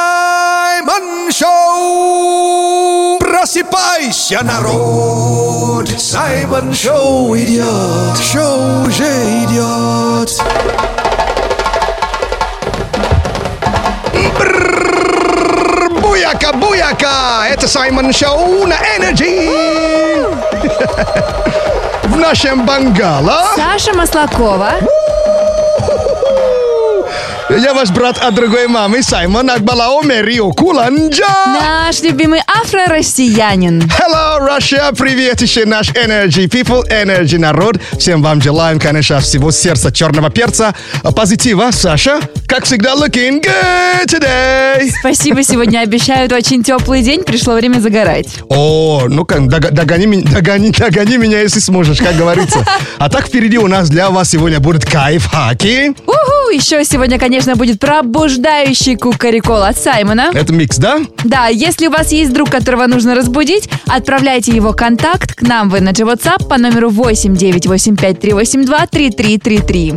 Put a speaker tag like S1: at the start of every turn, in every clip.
S1: Саймон Шоу! Просыпайся, народ! Саймон Шоу идет! Шоу уже идет! Брррр, Буяка, буяка! Это Саймон Шоу на Energy! В нашем Бангала!
S2: Саша Маслакова.
S3: Ya,
S1: Я ваш брат от другой мамы, Саймон Акбалао Мерио Куланджа.
S2: Наш любимый афро-россиянин.
S1: Hello, Russia! Привет еще наш Energy People, Energy народ. Всем вам желаем, конечно, всего сердца черного перца, позитива. Саша, как всегда, looking good today.
S2: Спасибо, сегодня обещают очень теплый день, пришло время загорать.
S1: О, ну-ка, дог- догони, меня- догони, догони меня, если сможешь, как говорится. А так впереди у нас для вас сегодня будет кайф-хаки.
S2: Уху! Еще сегодня, конечно, будет пробуждающий кукарикол от Саймона.
S1: Это микс, да?
S2: Да, если у вас есть друг, которого нужно разбудить, отправляйте его контакт к нам в Energy WhatsApp по номеру 89853823333.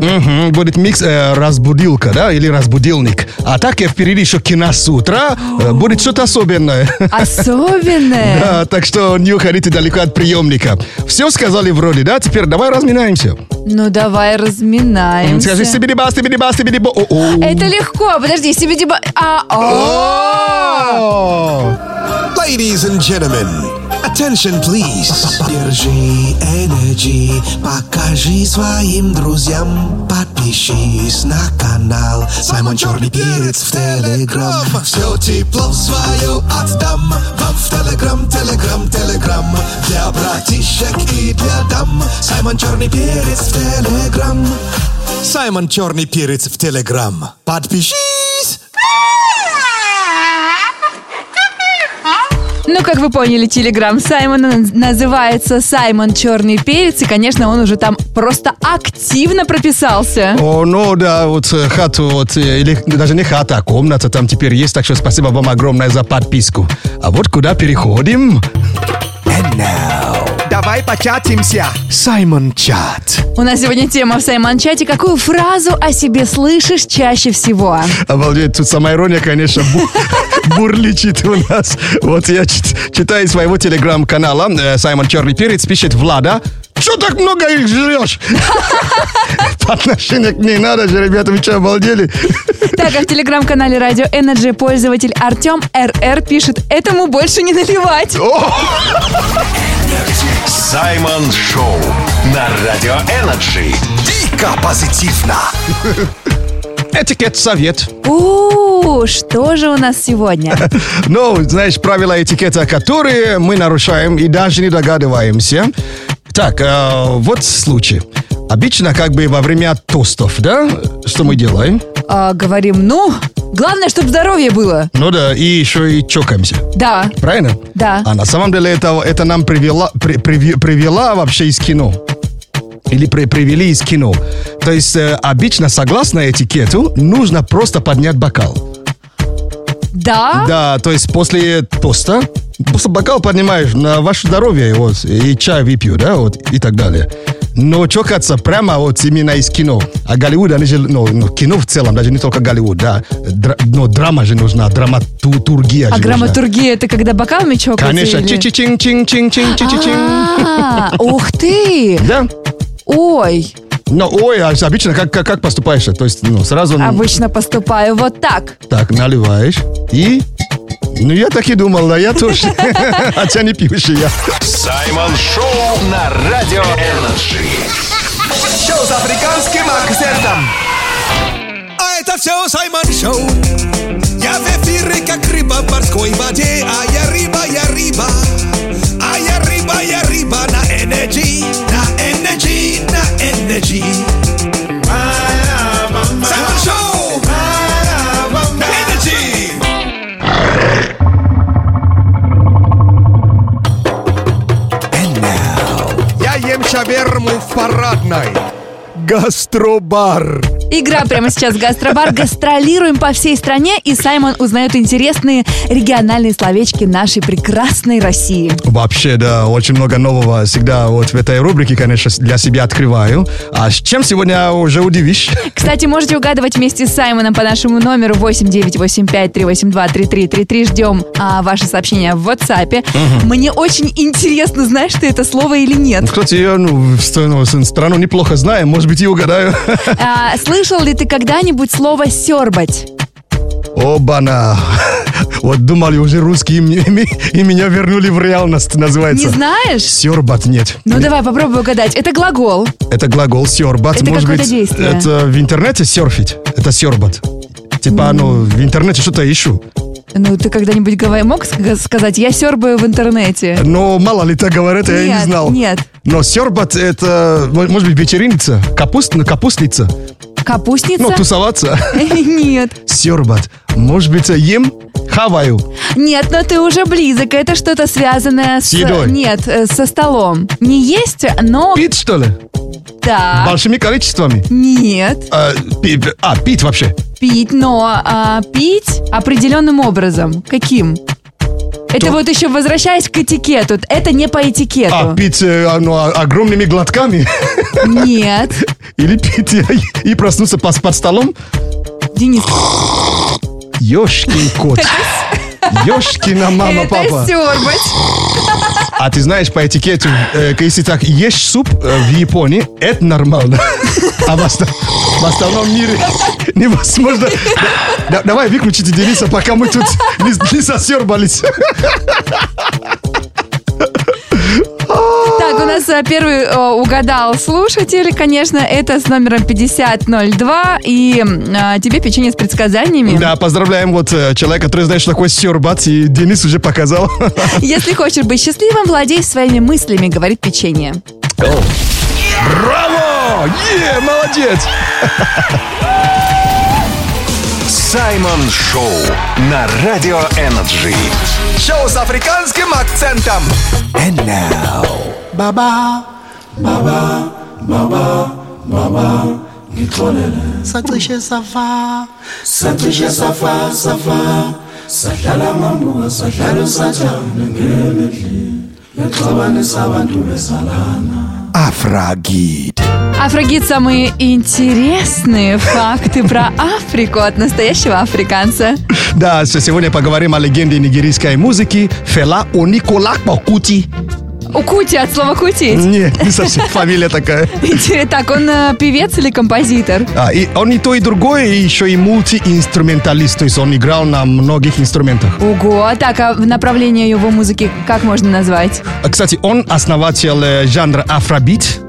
S1: Мгм, будет микс э, разбудилка, да, или разбудилник. А так и впереди еще кино с утра. э, будет что-то особенное.
S2: Особенное.
S1: Да, так что не уходите далеко от приемника. Все сказали вроде, да? Теперь давай разминаемся.
S2: Ну давай разминаемся.
S1: Скажи сибириба, сибириба, сибириба. о, о.
S2: Это легко, подожди, себе деба... А, о!
S1: О.
S3: Ladies and gentlemen, attention please. Держи energy, покажи своим друзьям. Подпишись на канал Саймон Черный Перец в Телеграм. Все тепло свое отдам вам в Телеграм, Телеграм, Телеграм. Для братишек и для дам Саймон Черный Перец в Телеграм. Саймон Черный Перец в Телеграм. Подпишись!
S2: Ну, как вы поняли, телеграм Саймона называется Саймон Черный Перец, и, конечно, он уже там просто активно прописался.
S1: О, ну да, вот э, хату, вот, э, или даже не хата, а комната там теперь есть, так что спасибо вам огромное за подписку. А вот куда переходим?
S3: Давай початимся. Саймон Чат.
S2: У нас сегодня тема в Саймон-чате. Какую фразу о себе слышишь чаще всего?
S1: Обалдеть, тут сама ирония, конечно, бу- бурличит у нас. Вот я чит- читаю из своего телеграм-канала, э, Саймон Черный Перец пишет Влада, что так много их жрешь? По отношению к ней надо же, ребята, вы что, обалдели?
S2: Так, а в телеграм-канале Радио Energy пользователь Артем РР пишет «Этому больше не наливать».
S4: Саймон Шоу на Радио Энерджи.
S3: Дико позитивно.
S1: Этикет-совет.
S2: У, что же у нас сегодня?
S1: Ну, знаешь, правила этикета, которые мы нарушаем и даже не догадываемся. Так, э, вот случай. Обычно как бы во время тостов, да, что мы делаем?
S2: А, говорим, ну, главное, чтобы здоровье было.
S1: Ну да, и еще и чокаемся.
S2: Да,
S1: Правильно?
S2: Да.
S1: А на самом деле это, это нам привела, при- приви- привела вообще из кино. Или при- привели из кино. То есть э, обычно, согласно этикету, нужно просто поднять бокал.
S2: да.
S1: Да, то есть после тоста просто бокал поднимаешь на ваше здоровье, вот, и чай выпью, да, вот, и так далее. Но чокаться прямо вот именно из кино. А Голливуд, они же, ну, ну, кино в целом, даже не только Голливуд, да. Дра- но драма же нужна, драматургия же
S2: А
S1: нужна.
S2: грамматургия это когда бокалами чокаются?
S1: Конечно,
S2: или-
S1: чи-чи-чин-чин-чин-чи-чи-чин.
S2: А, Ух ты!
S1: Да?
S2: Ой,
S1: Но, ой, а обычно как, как, как поступаешь? То есть, ну, сразу ну,
S2: обычно поступаю вот так.
S1: так наливаешь и... Ну, я так и думал, да, я тоже. Хотя не пьющий я.
S4: Саймон Шоу на Радио Энерджи.
S3: Шоу с африканским акцентом. А это все Саймон Шоу. Я в эфире, как рыба в морской воде. А я рыба, я рыба. А я рыба, я рыба на энергии. На энергии, на энергии. Саймон Шоу. Energy.
S1: Я ем шаверму в парадной. Гастробар.
S2: Игра прямо сейчас «Гастробар». Гастролируем по всей стране, и Саймон узнает интересные региональные словечки нашей прекрасной России.
S1: Вообще, да, очень много нового всегда вот в этой рубрике, конечно, для себя открываю. А с чем сегодня уже удивишь?
S2: Кстати, можете угадывать вместе с Саймоном по нашему номеру 8985-382-3333. Ждем а, ваши сообщения в WhatsApp. Мне очень интересно, знаешь ты это слово или нет.
S1: Кстати, я ну, страну, страну неплохо знаю, может быть, и угадаю.
S2: А, слышал ли ты когда-нибудь слово «сербать»?
S1: Оба-на! Вот думали уже русские, и, мне- и ми- и меня вернули в реальность, называется.
S2: Не знаешь?
S1: Сербат нет.
S2: Ну давай, попробуй угадать. Это глагол.
S1: Это глагол сербат.
S2: Это
S1: Может
S2: какое-то
S1: быть,
S2: действие.
S1: это в интернете серфить. Это сербат. Типа, ну, в интернете что-то ищу.
S2: Ну, ты когда-нибудь гава- мог ска- сказать «я сербаю в интернете»?
S1: Но мало ли так говорят, я
S2: Нет,
S1: не знал.
S2: нет.
S1: Но сербат это, мо- может быть, вечеринница, капуст, ну, капустница,
S2: Капустница?
S1: ну, тусоваться.
S2: Нет.
S1: Сербат. Может быть, ем, хаваю.
S2: Нет, но ты уже близок. Это что-то связанное с...
S1: едой.
S2: Нет, э, со столом. Не есть, но...
S1: Пить, что ли?
S2: Да.
S1: Большими количествами.
S2: Нет.
S1: А, пи- а, пить вообще.
S2: Пить, но а, пить определенным образом. Каким? Это
S1: То-
S2: вот еще возвращаясь к этикету. Это не по этикету.
S1: А, пить э, а, ну, а- огромными глотками.
S2: Нет.
S1: Или пить э, и проснуться пос- под столом.
S2: Денис,
S1: Ёшкин кот. Ёшкина мама,
S2: это
S1: папа.
S2: сербать.
S1: А ты знаешь, по этикету, э, если так, ешь суп э, в Японии, это нормально. А в, оста- в остальном мире невозможно. Да- давай выключите Дениса, пока мы тут не, не сосербались.
S2: Так, у нас э, первый э, угадал слушатель, конечно, это с номером 5002. И м, а, тебе печенье с предсказаниями.
S1: Да, поздравляем вот э, человека, который знает, что такое сербат, и Денис уже показал.
S2: Если хочешь быть счастливым, владей своими мыслями, говорит печенье.
S1: Браво! Е, молодец!
S4: Саймон Шоу на Радио Энерджи.
S5: Шоу с африканским акцентом.
S4: And now.
S5: Афрагид.
S2: Афрагит самые интересные факты про Африку от настоящего африканца.
S1: Да, с- сегодня поговорим о легенде нигерийской музыки Фела Ониколакпо Кути.
S2: У Кути от слова кутить.
S1: Не, не совсем фамилия такая.
S2: Интересно, Так, он э, певец или композитор?
S1: А, и он и то, и другое, и еще и мультиинструменталист, то есть он играл на многих инструментах.
S2: Ого, так, а в направлении его музыки как можно назвать?
S1: А, Кстати, он основатель э, жанра афробит.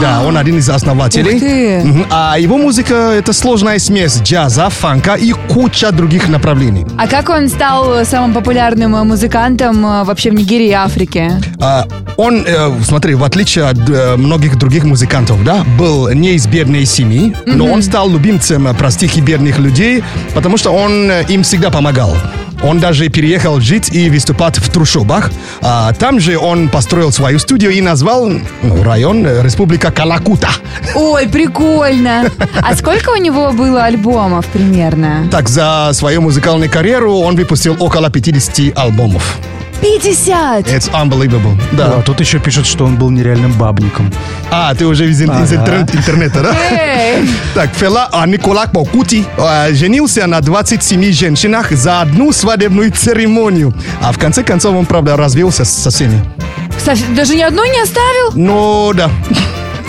S1: Да, он один из основателей.
S2: Ух ты.
S1: Мгм. А его музыка — это сложная смесь джаза, фанка и куча других направлений.
S2: А как он стал самым популярным э, музыкантом э, вообще в Нигерии и Африке?
S1: А, он, э, смотри, в отличие от э, многих других музыкантов, да, был не из бедной семьи, но он стал любимцем э, простых и бедных людей, потому что он э, им всегда помогал. Он даже переехал жить и выступать в Трушобах. А там же он построил свою студию и назвал ну, район э, Республика Калакута.
S2: Ой, прикольно! А сколько у него было альбомов примерно?
S1: Так, за свою музыкальную карьеру он выпустил около 50 альбомов.
S2: 50!
S1: It's unbelievable. Да.
S6: А тут еще пишут, что он был нереальным бабником.
S1: А, ты уже из, ин- из
S6: Ага.
S1: интернет- интернета, да?
S2: Э, Эй!
S1: Так, Фела а, Николак Покути э, женился на 27 женщинах за одну свадебную церемонию. А в конце концов он, правда, развелся со всеми.
S2: Кстати, даже ни одной не оставил?
S1: Ну, да.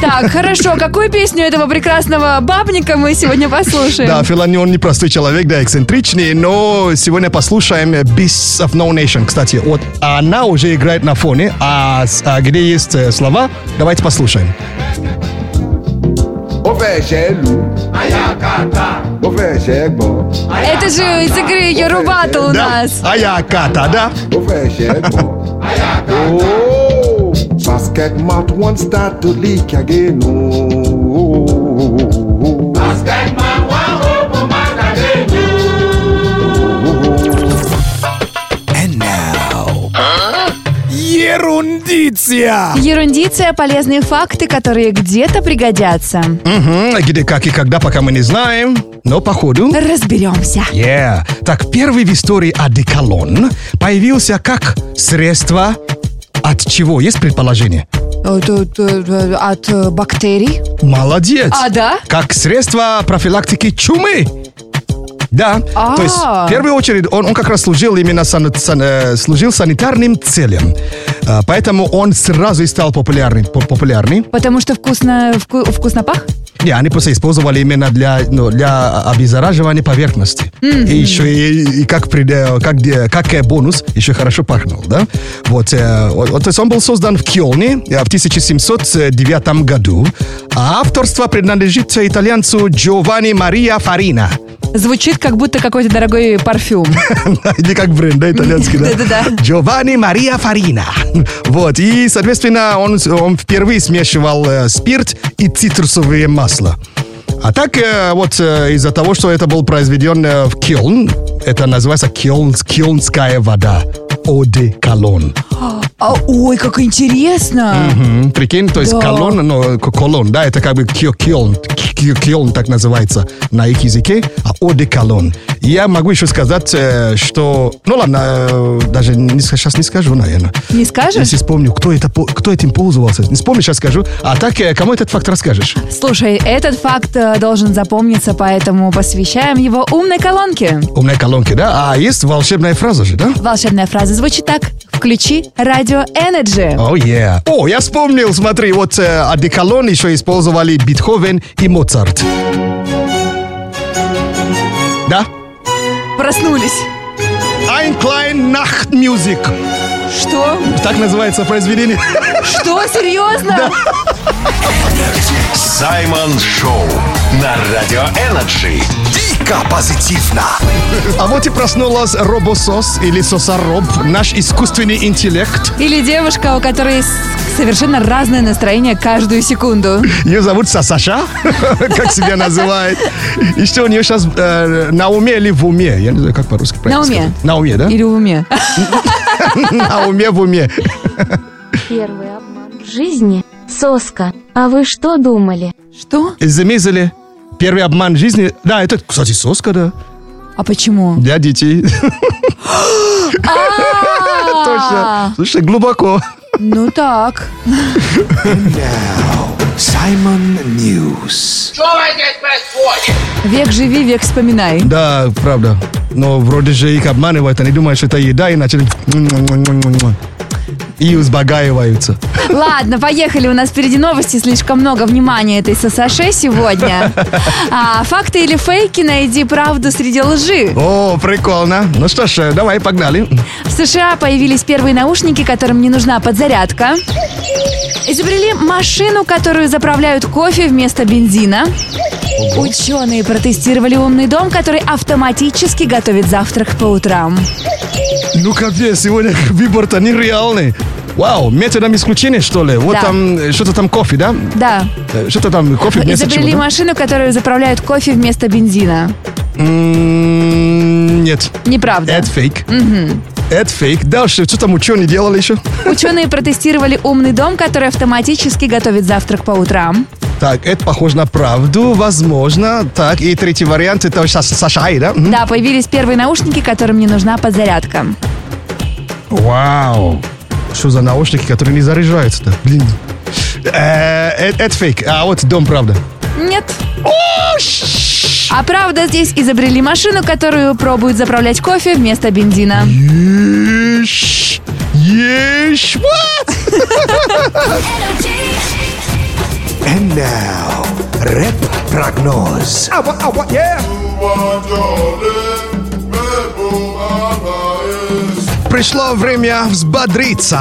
S2: Так, хорошо, какую песню этого прекрасного бабника мы сегодня послушаем?
S1: Да, Фела, не- он непростой человек, да, эксцентричный, но сегодня послушаем э, Beasts of No Nation, кстати. Вот она уже играет на фоне, а, с- а где есть э, слова, давайте послушаем.
S7: ó fẹ́ ṣẹ́ lù ú. ó fẹ́ ṣẹ́ gbọ́.
S2: Это же из игры Йорубатл у
S1: Да,
S2: нас.
S1: Аяката, да?
S7: ó fẹ́ ṣẹ́ gbọ́. Oh, basket mouth wan start to leak again. Oh.
S5: And now. Ерунда. Ерундиция!
S2: Ерундиция – полезные факты, которые где-то пригодятся.
S1: Мгм, а где, как и когда, пока мы не знаем, но походу...
S2: Разберемся.
S1: Yeah. Так, первый в истории одеколон появился как средство от чего? Есть предположение?
S2: Э, тут, э, э, От э, бактерий?
S1: Молодец.
S2: А, да?
S1: Как средство профилактики чумы. Да,
S2: А.
S1: то есть в первую очередь он, он как раз служил именно сан- сан- э, служил санитарным целям. А, поэтому он сразу и стал популярным. по- популярным.
S2: Потому что вкусно, вку- вкусно пах?
S1: Не, они просто использовали именно для, ну, для обеззараживания поверхности. И еще и, и как, пред- э, как, де- как э, бонус еще хорошо пахнул, да? Вот, э, вот, вот, то есть он был создан в Кёльне э, в 1709 году, а авторство принадлежит итальянцу Джованни Мария Фарина.
S2: Звучит, как будто какой-то дорогой парфюм.
S1: Или как бренд, да, итальянский, да?
S2: Да-да-да.
S1: Джованни Мария Фарина. Вот, и, соответственно, он, он впервые смешивал э, спирт и цитрусовое масло. А так, э, вот, э, из-за того, что это был произведен э, в Кёльн, это называется Кёльн, Кёльнская вода. Оде колон.
S2: А, ой, как интересно!
S1: Прикинь, то есть
S2: Да.
S1: колон, но к- колон, да, это как бы кё- кёлн, к- кё- кёлн так называется на их языке, а оде колон. Я могу еще сказать, э, что, ну ладно, э, даже сейчас не скажу, наверное.
S2: Не скажешь?
S1: Если вспомню, кто, это, по- кто этим пользовался. Не вспомню, сейчас скажу. А так, э, кому этот факт расскажешь?
S2: Слушай, этот факт э, должен запомниться, поэтому посвящаем его умной колонке.
S1: Умные колонки, да? А есть волшебная фраза же, да?
S2: Волшебная фраза звучит так. Включи радио Energy.
S1: О, yeah. О, я вспомнил, смотри, вот э, одеколон еще использовали Бетховен и Моцарт. Да?
S2: Проснулись.
S1: Ein klein Nachtmusik.
S2: Что?
S1: Так называется произведение.
S2: Что? Серьезно?
S4: Саймон Шоу на Радио Энерджи.
S5: Дико позитивно!
S1: А вот и проснулась робосос или сосароб, наш искусственный интеллект.
S2: Или девушка, у которой с- совершенно разное настроение каждую секунду.
S1: Ее зовут Сасаша, как себя называет. И что у нее сейчас на уме или в уме? Я не знаю, как по-русски правильно
S2: На уме.
S1: сказать. На уме, да?
S2: Или в уме.
S1: На уме в уме.
S8: Первый обман в жизни. Соска. А вы что думали?
S2: Что?
S1: Заметили? Первый обман жизни. Да, это, кстати, соска, да?
S2: А почему?
S1: Для детей.
S2: А,
S1: Точно. Слушай, глубоко.
S2: Ну так.
S5: Саймон Ньюс.
S2: Век живи, век вспоминай.
S1: Да, правда. Но вроде же их обманывают, они думают, что это еда, иначе и узбагаиваются.
S2: Ладно, поехали. У нас впереди новости. Слишком много внимания этой ССШ сегодня. А, факты или фейки? Найди правду среди лжи.
S1: О, прикольно. Ну что ж, давай, погнали.
S2: В США появились первые наушники, которым не нужна подзарядка. Изобрели машину, которую заправляют кофе вместо бензина. Ученые протестировали умный дом, который автоматически готовит завтрак по утрам.
S1: Ну капец, сегодня выбор-то нереальный. Вау, методом исключения, что ли? Вот
S2: Да.
S1: там, э, что-то там кофе, да?
S2: Да,
S1: Э, Что-то там кофе вместо
S2: изобрели
S1: чего, да?
S2: машину, которую заправляют кофе вместо бензина.
S1: М, М-м, Нет,
S2: Неправда.
S1: это фейк. Это фейк. Дальше, что там ученые делали еще?
S2: Ученые протестировали умный дом, который автоматически готовит завтрак по утрам.
S1: Так, это похоже на правду, возможно. Так, и третий вариант, это Са- Сашай, да? Мгм.
S2: Да, появились первые наушники, которым не нужна подзарядка.
S1: Вау. Что за наушники, которые не заряжаются-то? Блин. Э, Это это фейк, а вот дом, правда.
S2: Нет. А правда, здесь изобрели машину, которую пробуют заправлять кофе вместо бензина.
S1: Ешь, ешь, what?
S5: And now, рэп-прогноз.
S7: Awa, awa, yeah.
S1: Пришло время взбодриться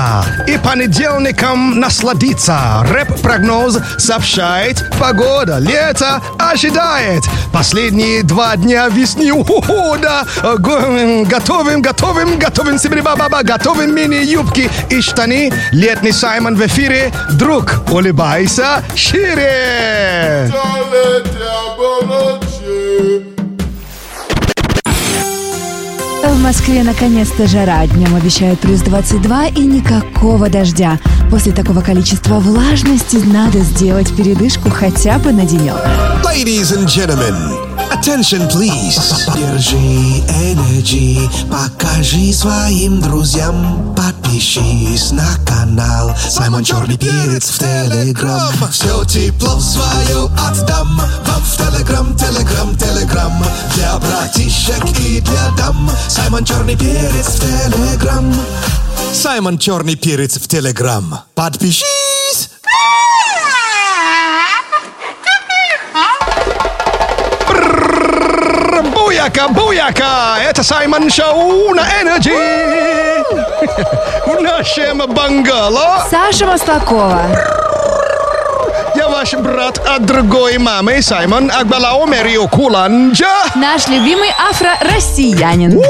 S1: и понедельником насладиться. Рэп-прогноз сообщает, погода лето ожидает. Последние два дня весны ухода. Э, го- м, Готовим, готовим, готовим себе баба готовим мини-юбки и штаны. Летний Саймон в эфире. Друг, улыбайся шире.
S2: В В Москве наконец-то жара. Днем обещают плюс 22 и никакого дождя. После такого количества влажности надо сделать передышку хотя бы на денек.
S3: Ladies and gentlemen, attention please. Держи энерджи, покажи своим друзьям. Подпишись на канал Саймон Черный Перец в Телеграм. Все тепло свое отдам вам в Телеграм, Телеграм, Телеграм. Для братишек и для дам. Саймон Черный Перец в Телеграм. Саймон Черный Перец в Телеграм. Подпишись!
S1: Буяка, буяка! Это Саймон Шоу на Энерджи! В нашем бангало
S2: Саша Маслакова.
S1: я ваш брат от другой мамы, Саймон Акбалаомерио Куланджа.
S2: Наш любимый афро-россиянин.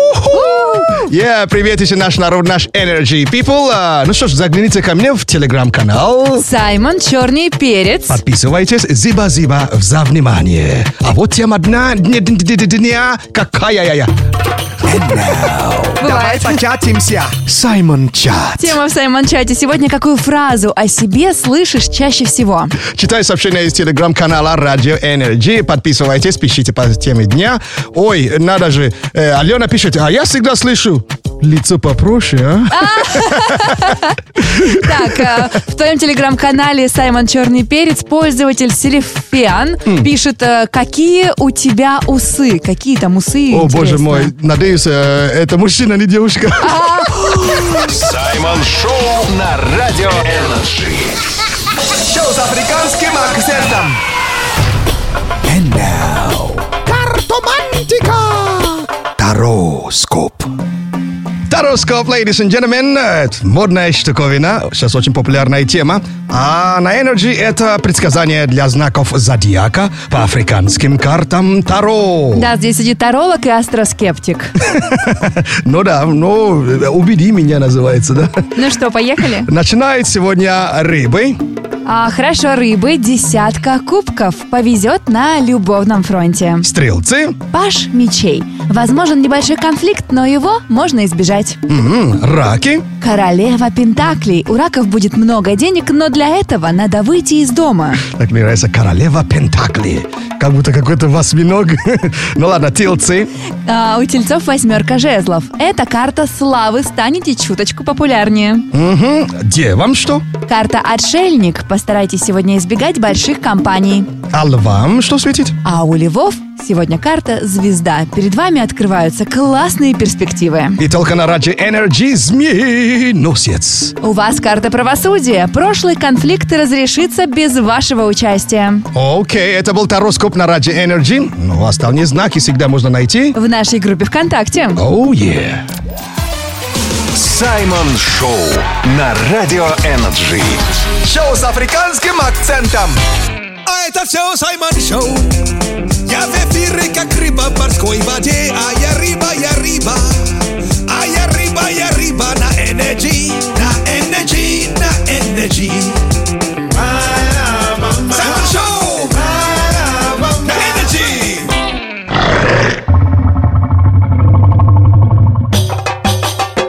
S1: Я приветствую наш народ, наш Energy People. А, Ну что ж, загляните ко мне в телеграм-канал.
S2: Саймон Черный Перец.
S1: Подписывайтесь, зиба-зиба, за внимание. А вот тема дна, дня, дня, дня, дня, какая я я.
S2: Бывает.
S5: Початимся. Саймон Чат.
S2: Тема в Саймон-чате. Сегодня какую фразу о себе слышишь чаще всего?
S1: Читай сообщения из телеграм-канала Радио Energy. Подписывайтесь, пишите по теме дня. Ой, надо же, э, Алена пишет, а я всегда слышу, лицо попроще, а?
S2: Так, э, в твоем телеграм-канале Саймон Черный Перец пользователь Селифиан
S1: Хм.
S2: пишет, э, какие у тебя усы, какие там усы.
S1: О,
S2: интересно.
S1: боже мой, надеюсь, э, это мужчина, не девушка.
S4: Саймон Шоу на Радио Энерджи.
S5: Шоу с африканским акцентом. And now. Картомантика. Тароскоп.
S1: Тароскоп, ladies and gentlemen, это модная штуковина, сейчас очень популярная тема. А на Energy это предсказание для знаков зодиака по африканским картам Таро.
S2: Да, здесь сидит таролог и астроскептик.
S1: Ну да, ну, э, убеди меня называется, да.
S2: Ну что, поехали?
S1: Начинает сегодня рыбы.
S2: А, хорошо, рыбы, десятка кубков. Повезет на любовном фронте.
S1: Стрелцы.
S2: Паш мечей. Возможен небольшой конфликт, но его можно избежать.
S1: М, Раки.
S2: Королева Пентаклей. У раков будет много денег, но для этого надо выйти из дома.
S1: Так мне нравится королева Пентакли. Как будто какой-то восьминог. Ну ладно, тельцы.
S2: А, у тельцов восьмерка жезлов. Эта карта славы станете чуточку популярнее.
S1: Мгм. Девам что?
S2: Карта отшельник. Постарайтесь сегодня избегать больших компаний.
S1: А львам что светит?
S2: А у львов сегодня карта звезда. Перед вами открываются классные перспективы.
S1: И только на ради Energy змеи носец.
S2: У вас карта правосудия. Прошлый конфликт разрешится без вашего участия.
S1: Окей, это был тароскоп на ради Energy. Ну, остальные знаки всегда можно найти.
S2: В нашей группе ВКонтакте.
S1: Оу, е.
S4: Саймон Шоу на Радио Энерджи.
S5: Шоу с африканским акцентом.
S3: А это все Саймон Шоу. Я в эфире, как рыба в морской воде. А я рыба, я рыба. А я рыба, я рыба на энерджи. На энерджи, на энерджи. Саймон Шоу. На энерджи.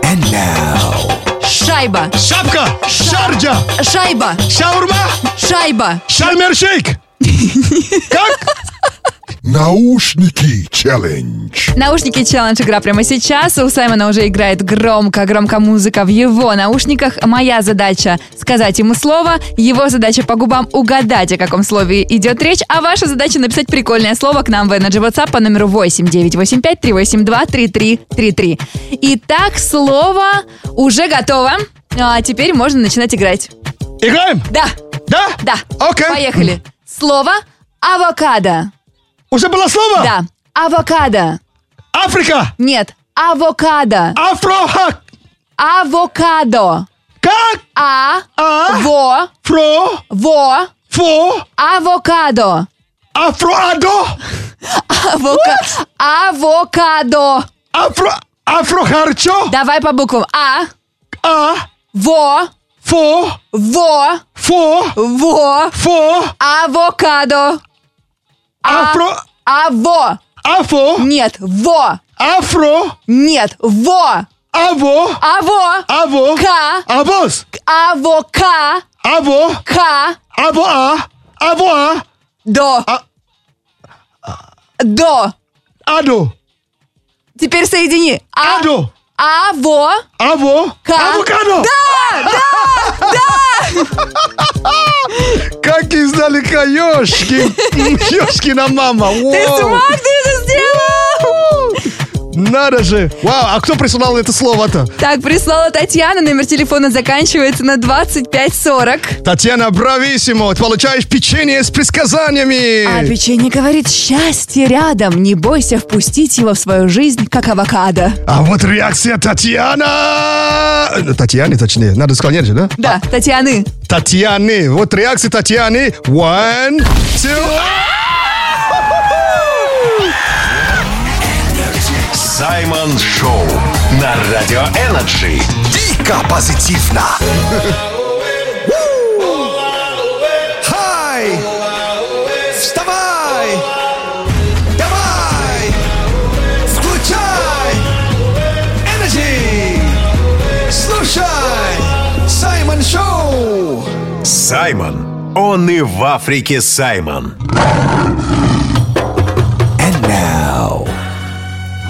S5: And now.
S2: Шайба.
S1: Шапка, шарджа,
S2: Шайба.
S1: шаурма,
S2: Шайба.
S1: шальмершейк. Как?
S7: Наушники челлендж.
S2: Наушники челлендж игра прямо сейчас. У Саймона уже играет громко-громко музыка в его наушниках. Моя задача сказать ему слово, его задача по губам угадать, о каком слове идет речь, а ваша задача написать прикольное слово к нам в Energy WhatsApp по номеру 8985-382-3333. Итак, слово уже готово. А теперь можно начинать играть.
S1: Играем?
S2: Да,
S1: Да?
S2: да.
S1: Окей.
S2: Поехали. Слово авокадо.
S1: Уже было слово?
S2: Да, авокадо.
S1: Африка,
S2: Нет, авокадо.
S1: афрохак.
S2: Авокадо.
S1: Как?
S2: А,
S1: А,
S2: во,
S1: фро,
S2: во,
S1: фо,
S2: авокадо.
S1: афроадо,
S2: Авока... Авокадо.
S1: афро, афрохарчо,
S2: Давай по буквам. А,
S1: а,
S2: во,
S1: фо,
S2: во,
S1: фо,
S2: во,
S1: фо,
S2: авокадо.
S1: афро,
S2: Аво.
S1: афо,
S2: Нет, во.
S1: Афро,
S2: Нет, во,
S1: аво,
S2: аво,
S1: аво,
S2: Ка.
S1: авос,
S2: авока,
S1: аво,
S2: ка,
S1: аво, а, аво, а,
S2: до.
S1: А.
S2: До.
S1: адо,
S2: Теперь соедини. А,
S1: адо,
S2: аво,
S1: аво,
S2: Ка.
S1: авокадо. Как издалека, ёшки, ёшкина мама.
S2: Ты
S1: Вау.
S2: смог, ты это сделал!
S1: Надо же! Вау, а кто присылал это слово-то?
S2: Так, прислала Татьяна, номер телефона заканчивается на 2540.
S1: Татьяна Брависсимо, ты получаешь печенье с предсказаниями!
S2: А печенье говорит, счастье рядом, не бойся впустить его в свою жизнь, как авокадо.
S1: А вот реакция Татьяна! Э, Татьяны, точнее. Надо склонять, да?
S2: Да, А, Татьяны.
S1: Татьяны. Вот реакция Татьяны. One, two...
S4: Саймон Шоу на Радио Энерджи.
S5: Дико позитивно. Уу. Хай! Вставай! Давай! Включай! Энерджи! Слушай! Саймон Шоу!
S4: Саймон. Он и в Африке Саймон.
S5: And now...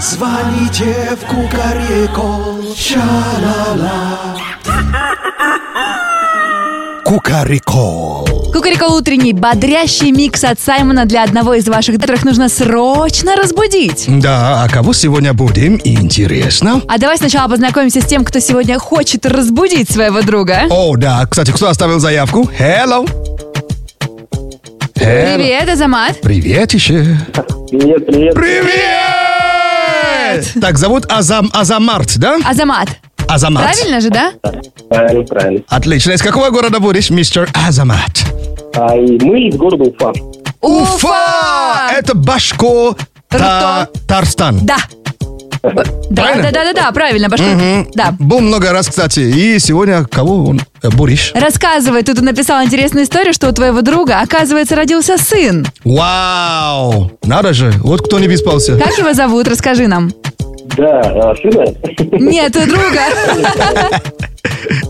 S3: Звоните в кукареку, ша-ла-ла.
S5: Кукарикол.
S2: Кукарико утренний, бодрящий микс от Саймона для одного из ваших, которых нужно срочно разбудить.
S1: Да, а кого сегодня будем? Интересно.
S2: А давай сначала познакомимся с тем, кто сегодня хочет разбудить своего друга.
S1: О, да. Кстати, кто оставил заявку? Hello. Hello.
S2: Привет, Азамат.
S1: Приветище.
S9: Привет, привет.
S1: Привет! Так, зовут Азам, Азамарт, да?
S2: Азамат.
S1: Азамат.
S2: А, Правильно же, да?
S9: Правильно, правильно.
S1: Отлично. Из какого города будешь, мистер Азамат?
S9: А, и мы из города Уфа.
S1: Уфа! Это Башко Та-
S2: Рто.
S1: Тарстан.
S2: Да. Б- Да, да,
S1: Правильно?
S2: да, да, да, правильно, башка. Да.
S1: Был много раз, кстати. И сегодня кого он э, будешь?
S2: Рассказывай, тут он написал интересную историю, что у твоего друга, оказывается, родился сын.
S1: Вау! Надо же, вот кто не беспался.
S2: Как его зовут? Расскажи нам.
S9: Да, а, сына?
S2: Нет, у друга.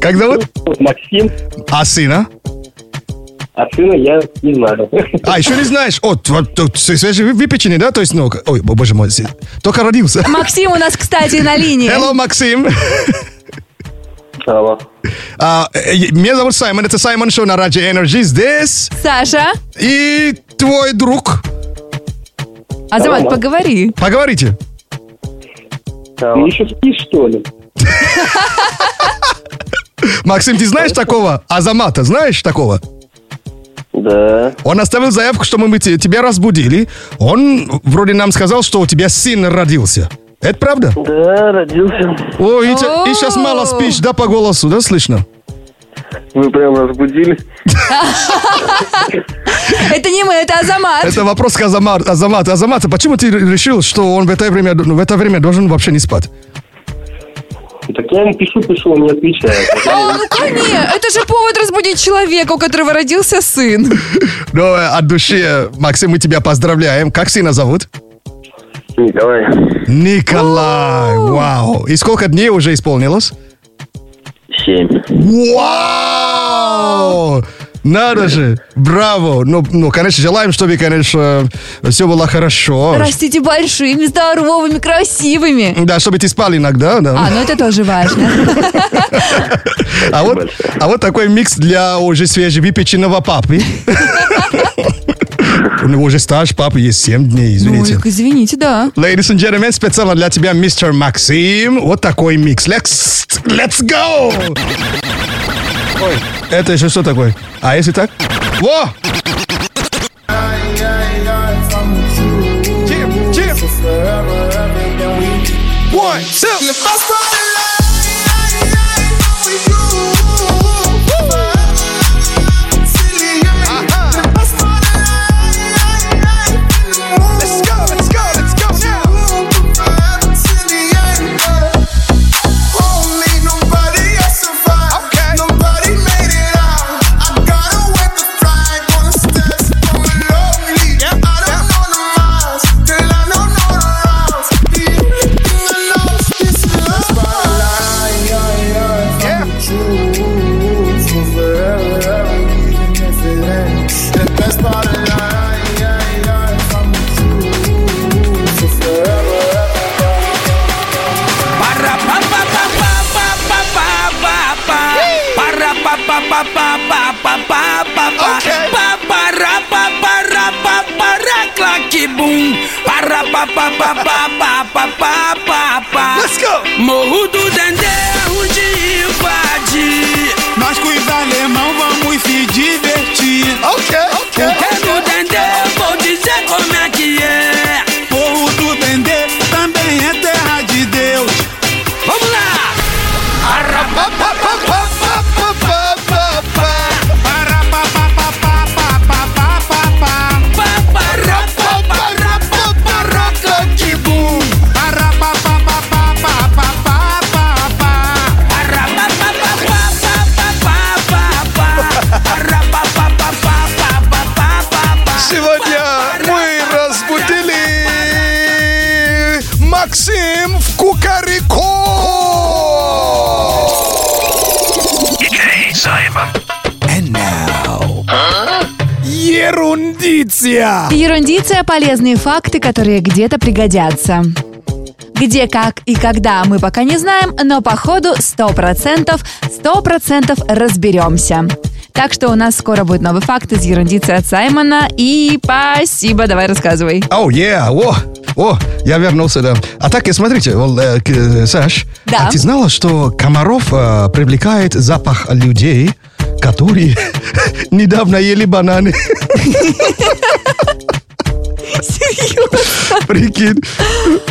S1: Как зовут?
S9: Максим.
S1: А сына?
S9: А сына я не знаю.
S1: А, еще не знаешь? О, т- вот тут све- свежевыпеченный, да? То есть, ну, к- ой, о, боже мой, с- только родился.
S2: Максим у нас, кстати, на линии.
S1: Hello, Максим.
S9: Алло.
S1: А, э, э, меня зовут Саймон, это Саймон Шоу на Раджи Energy здесь.
S2: Саша.
S1: И твой друг.
S2: Азамат,
S9: Алло.
S2: поговори.
S1: Поговорите.
S9: Ты еще спишь, что ли?
S1: Максим, ты знаешь такого Азамата? Знаешь такого?
S9: Да.
S1: Он оставил заявку, что мы бы те- тебя разбудили. Он вроде нам сказал, что у тебя сын родился. Это правда?
S9: Да, родился.
S1: О, и,
S2: О.
S1: сейчас мало спишь, да, по голосу, да, слышно?
S9: Вы прям разбудили.
S2: Это не мы, это Азамат.
S1: Это вопрос к Азамат, Азамату. Азамат, а почему ты решил, что он в это время, в это время должен вообще не спать?
S9: Так я ему пишу, пишу, он не отвечает.
S2: О, ну, конечно, это же повод разбудить человека, у которого родился сын.
S1: Ну, э, от души, э, Максим, мы тебя поздравляем. Как сына зовут?
S9: Николай,
S1: Николай. Вау. И сколько дней уже исполнилось?
S9: семь.
S1: Вау! Надо же! Браво! Ну, ну, конечно, желаем, чтобы, конечно, все было хорошо.
S2: Растите большими, здоровыми, красивыми.
S1: Да, чтобы ты спал иногда, да.
S2: А, ну это тоже важно.
S1: А вот, а вот такой микс для уже свежевыпеченного папы. У него уже стаж папы есть 7 дней,
S2: Ну,
S1: извините.
S2: их, извините, да.
S1: Ladies and gentlemen, специально для тебя, мистер Максим, вот такой микс. Let's, let's go! É, Ой, это еще что такое? А если так? Во! Чип, чип! One, two.
S5: Let's go, let's go, let's go now. Okay. Let's go.
S10: Morro do Dendê, onde invade.
S11: Nós com os alemão vamos se divertir.
S5: Okay. Okay.
S10: Porque no Dendê, vou dizer como é que é.
S11: Povo do Dendê também é terra de Deus.
S10: Vamos lá!
S11: Para pa pa pa pa pa pa pa pa pa. Para pa pa pa pa pa pa pa pa pa.
S5: Сегодня мы разбудили Максим в Кукарико. Ерундиция.
S2: Ерундиция – полезные факты, которые где-то пригодятся. Где, как и когда мы пока не знаем, но по ходу 100%, 100% разберемся. Так что у нас скоро будет новый факт из ерундиции от Саймона. И спасибо, давай рассказывай.
S1: О, yeah, о, о, я вернулся, да. А так, э, смотрите, вот, э, к- э, Саш,
S2: Да.
S1: а ты знала, что комаров э, привлекает запах людей, которые недавно ели бананы? Прикинь.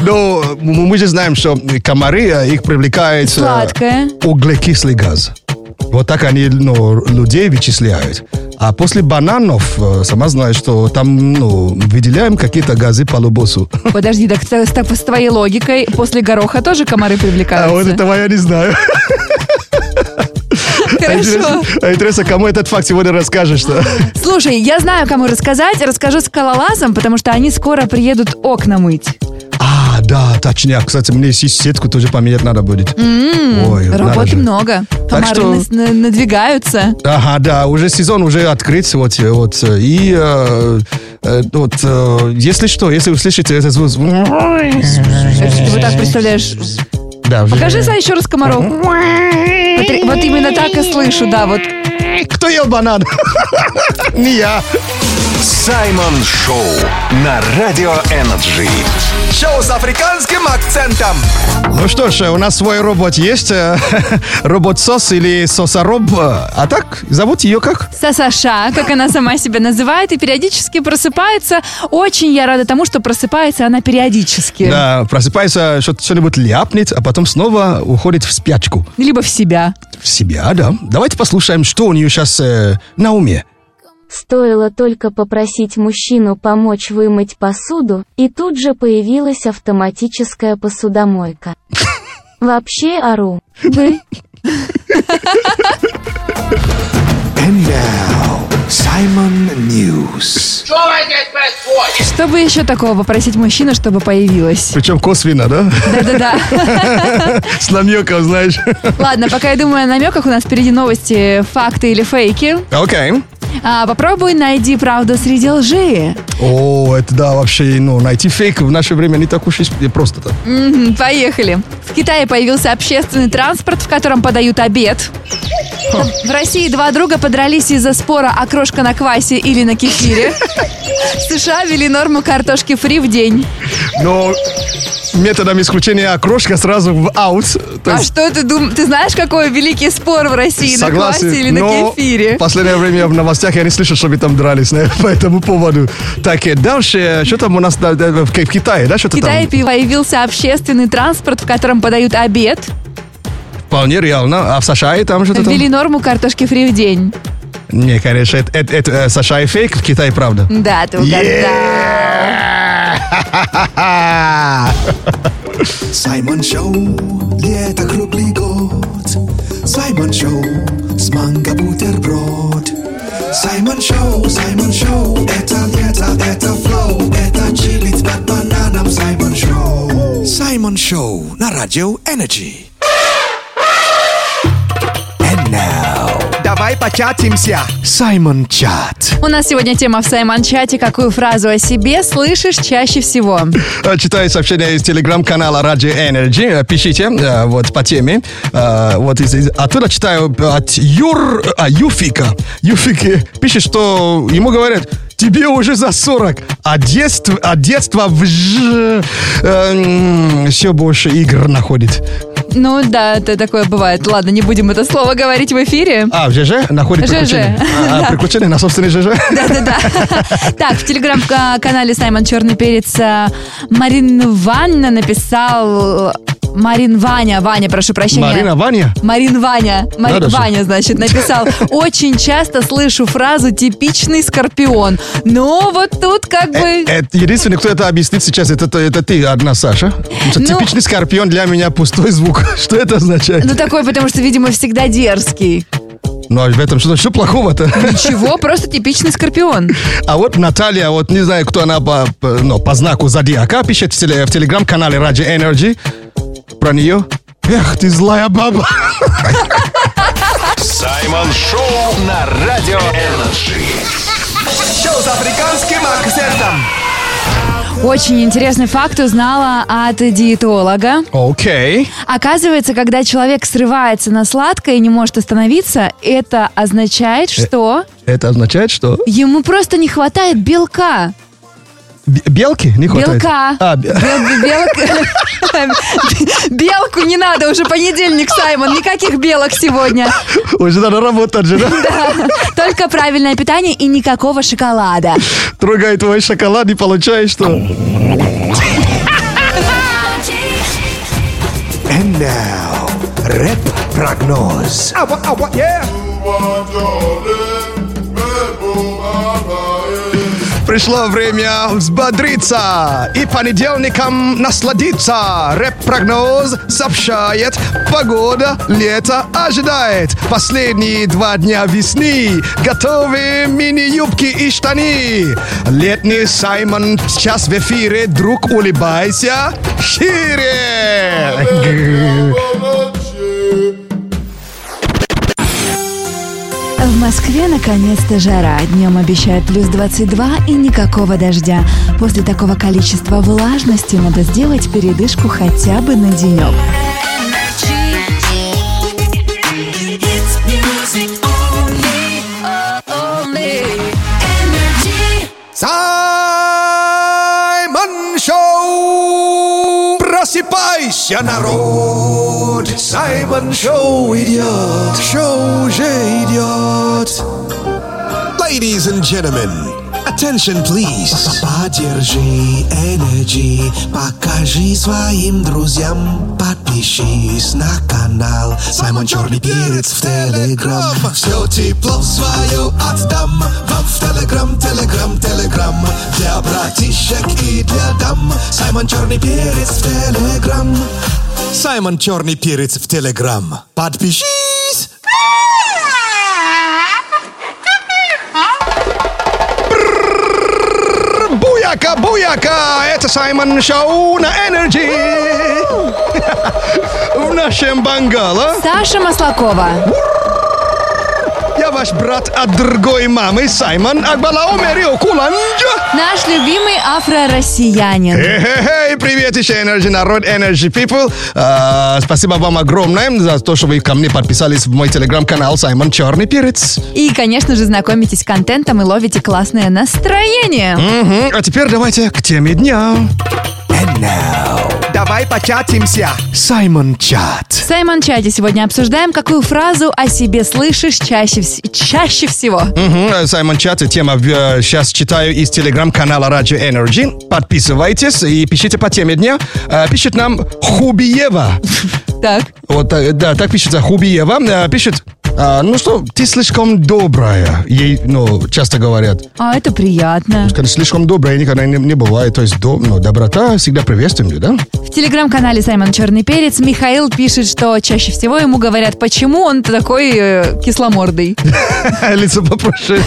S1: Но м- мы же знаем, что комары, э, их привлекает... э,
S2: Сладкое.
S1: углекислый газ. Вот так они ну, людей вычисляют. А после бананов, э, сама знаешь, что там ну, выделяем какие-то газы по лобосу.
S2: Подожди, так с, с- с твоей логикой после гороха тоже комары
S1: А
S2: привлекаются?
S1: вот этого я не знаю. А
S2: Хорошо.
S1: интересно- а Интересно, кому этот факт сегодня расскажешь? что?
S2: Слушай, я знаю, кому рассказать. Расскажу скалолазам, потому что они скоро приедут окна мыть.
S1: А, да, точняк. Кстати, мне си- сетку тоже поменять надо будет. Ой, надо
S2: Работы
S1: же.
S2: много. Комары
S1: что-
S2: нас- на- надвигаются.
S1: Ага, да, уже сезон уже открыт, вот, э, вот, э, и э, э, вот, э, если что, если услышите этот звук, Э,
S2: Это что Ты вот так представляешь.
S1: да, уже-
S2: Покажи, Сань, еще раз комаров.
S1: э,
S2: Потр- Вот именно так и слышу, да, вот.
S1: Кто ел банан? Не я.
S4: Саймон Шоу на Радио Энерджи.
S5: Шоу с африканским акцентом.
S1: Ну что ж, у нас свой робот есть. э, Робот-сос или сосороб. А так, зовут ее как?
S2: Сасаша, как она сама себя называет, и периодически просыпается. Очень я рада тому, что просыпается она периодически.
S1: Да, просыпается, что-то- что-нибудь ляпнет, а потом снова уходит в спячку.
S2: Либо в себя.
S1: В себя, да. Давайте послушаем, что у нее сейчас на уме.
S8: Стоило только попросить мужчину помочь вымыть посуду, и тут же появилась автоматическая посудомойка. Вообще ору. Вы.
S5: And now, Simon News.
S2: Что бы еще такого попросить мужчину, чтобы появилось?
S1: Причем косвенно, да?
S2: Да-да-да.
S1: С намеком, знаешь.
S2: Ладно, пока я думаю о намеках, у нас впереди новости, факты или фейки.
S1: Окей.
S2: А, попробуй найди правду среди лжи.
S1: О, это да, вообще, ну, найти фейк в наше время не так уж и просто так.
S2: Мгм, поехали. В Китае появился общественный транспорт, в котором подают обед. В России два друга подрались из-за спора окрошка на квасе или на кефире. В США ввели норму картошки фри в день.
S1: Но методом исключения окрошка сразу в аут. То
S2: А
S1: есть
S2: что ты думаешь? Ты знаешь, какой великий спор в России на квасе А, или на
S1: но
S2: кефире?
S1: в последнее время в новостях я не слышал, чтобы там дрались наверное, по этому поводу. Так, э, дальше, э, что там у нас да, да, в Ки- в Китае, да,
S2: В
S1: что-то
S2: Китае
S1: там?
S2: появился общественный транспорт, в котором подают обед.
S1: Вполне реально. А в США и там что-то там?
S2: Ввели норму картошки фри в день.
S1: Не, конечно, это, это- это, э, США и фейк, в Китае правда.
S2: Да, ты угадал.
S5: Саймон Шоу, лето круглый год. Саймон Шоу, с манго бутерброд. Саймон Шоу, Саймон Шоу, это лето, это флоу, это чилит под бананом Саймон Шоу. Саймон Шоу на радио Энерджи. And now,
S12: Давай початимся. Саймон Чат.
S2: У нас сегодня тема в Саймон-чате. Какую фразу о себе слышишь чаще всего?
S1: Читаю сообщения из телеграм-канала Radio Energy. Пишите э, вот по теме. Э, Вот из- из- оттуда читаю от Юр... а, Юфика. Юфики пишет, что ему говорят, тебе уже за 40, а детство, а детство все больше игр находит.
S2: Ну да, это такое бывает. Ладно, не будем это слово говорить в эфире.
S1: А, в ЖЖ находит
S2: ЖЖ.
S1: приключения. А, а,
S2: Да.
S1: Приключения на собственной ЖЖ.
S2: Так, в телеграм-канале Саймон Черный Перец э, Марин Ванна написал... э, Марин Ваня, Ваня, прошу прощения.
S1: Марина Ваня?
S2: Марин Ваня. Марин
S1: Надо же.
S2: Ваня, значит, написал. Очень часто слышу фразу «типичный скорпион». Но вот тут как бы...
S1: Это единственный, кто это объяснит сейчас, это, это, это ты одна, Саша. Потому что
S2: Ну-
S1: Типичный скорпион для меня пустой звук. Что это означает?
S2: Ну такой, потому что, видимо, всегда дерзкий.
S1: Ну, а в этом что, что плохого-то?
S2: Ничего, просто типичный скорпион.
S1: А вот Наталья, вот не знаю, кто она по, по- ну, по знаку зодиака, пишет в, теле- в телеграм-канале Radio Energy про нее. Эх, ты злая баба.
S4: Саймон Шоу на Радио Энерджи.
S12: Шоу с африканским акцентом.
S2: Очень интересный факт узнала от диетолога.
S1: Окей.
S2: Оказывается, когда человек срывается на сладкое и не может остановиться, это означает, что
S1: Это означает, что
S2: ему просто не хватает белка.
S1: б- белки не хватает?
S2: Белка.
S1: А, бе-
S2: Бел- белка. Белку не надо, уже понедельник, Саймон. Никаких белок сегодня.
S1: Уже надо работать же, да?
S2: Да. Только правильное питание и никакого шоколада.
S1: Трогай твой шоколад не получаешь, что?
S3: And now, Rep Prognoz.
S12: Ава, ава, yeah.
S1: Пришло время взбодриться и понедельником насладиться. Рэп-прогноз сообщает, погода лето ожидает. Последние два дня весны готовы мини-юбки и штаны. Летний Саймон сейчас в эфире, друг улыбайся шире.
S2: В Москве наконец-то жара. Днем обещают плюс 22 и никакого дождя. После такого количества влажности надо сделать передышку хотя бы на денек.
S12: Саймон Шоу! Просыпайся, народ! Саймон Шоу идет!
S3: Шоу уже идет. Ladies and gentlemen, attention please. Поддержи Energy, покажи своим друзьям, подпишись на канал. Саймон Черный Перец в Телеграм. Все тепло свое отдам вам в Телеграм, Телеграм, Телеграм. Для братишек и для дам. Саймон Черный Перец в Телеграм. Саймон Черный Перец в Телеграм. Подпишись!
S1: Буяка, буяка! Это Саймон Шоу на Энерджи! В нашем Бангала
S2: Саша Маслакова.
S1: я ваш брат от другой мамы Саймон Акбалаумерио Куланджа!
S2: Наш любимый
S1: Э?
S2: афро-россиянин.
S1: Эй, привет еще Energy народ, Energy people. А, спасибо вам огромное за то, что вы ко мне подписались в мой телеграм-канал Саймон Черный Перец.
S2: И, конечно же, знакомитесь с контентом и ловите классное настроение.
S1: Мгм. А теперь давайте к теме дня.
S12: Давай початимся. Саймон Чат.
S2: В Саймон Чате сегодня обсуждаем, какую фразу о себе слышишь чаще, вс- чаще всего.
S1: Мгм. Э, Саймон Чат, и тема сейчас читаю из телеграм-канала Radio Energy. Подписывайтесь и пишите по теме дня. Э, Пишет нам Хубиева.
S2: Так.
S1: Вот, э, да, так пишется Хубиева. Э, Пишет, а, ну что, ты слишком добрая. Ей, ну, часто говорят.
S2: А это приятно.
S1: Конечно, слишком добрая никогда не, не бывает. То есть до- ну, доброта всегда приветствуем ее, да?
S2: В телеграм-канале Саймон Черный Перец Михаил пишет, что чаще всего ему говорят, почему он такой э, кисломордый.
S1: Лицо попроще.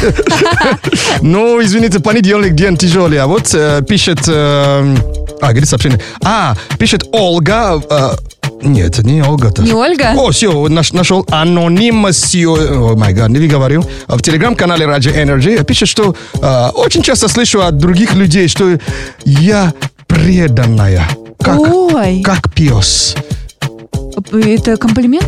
S1: Ну, извините, понедельник день тяжелый. А вот э, пишет... э, А, говорит сообщение. А, пишет Олга... э, Нет, не Ольга-то.
S2: Не Ольга?
S1: О, все, наш, нашел аноним О, май гад, не говорю. В телеграм-канале Radio Energy пишет, что э, очень часто слышу от других людей, что я преданная. Как,
S2: Ой. э,
S1: как пес.
S2: Это комплимент?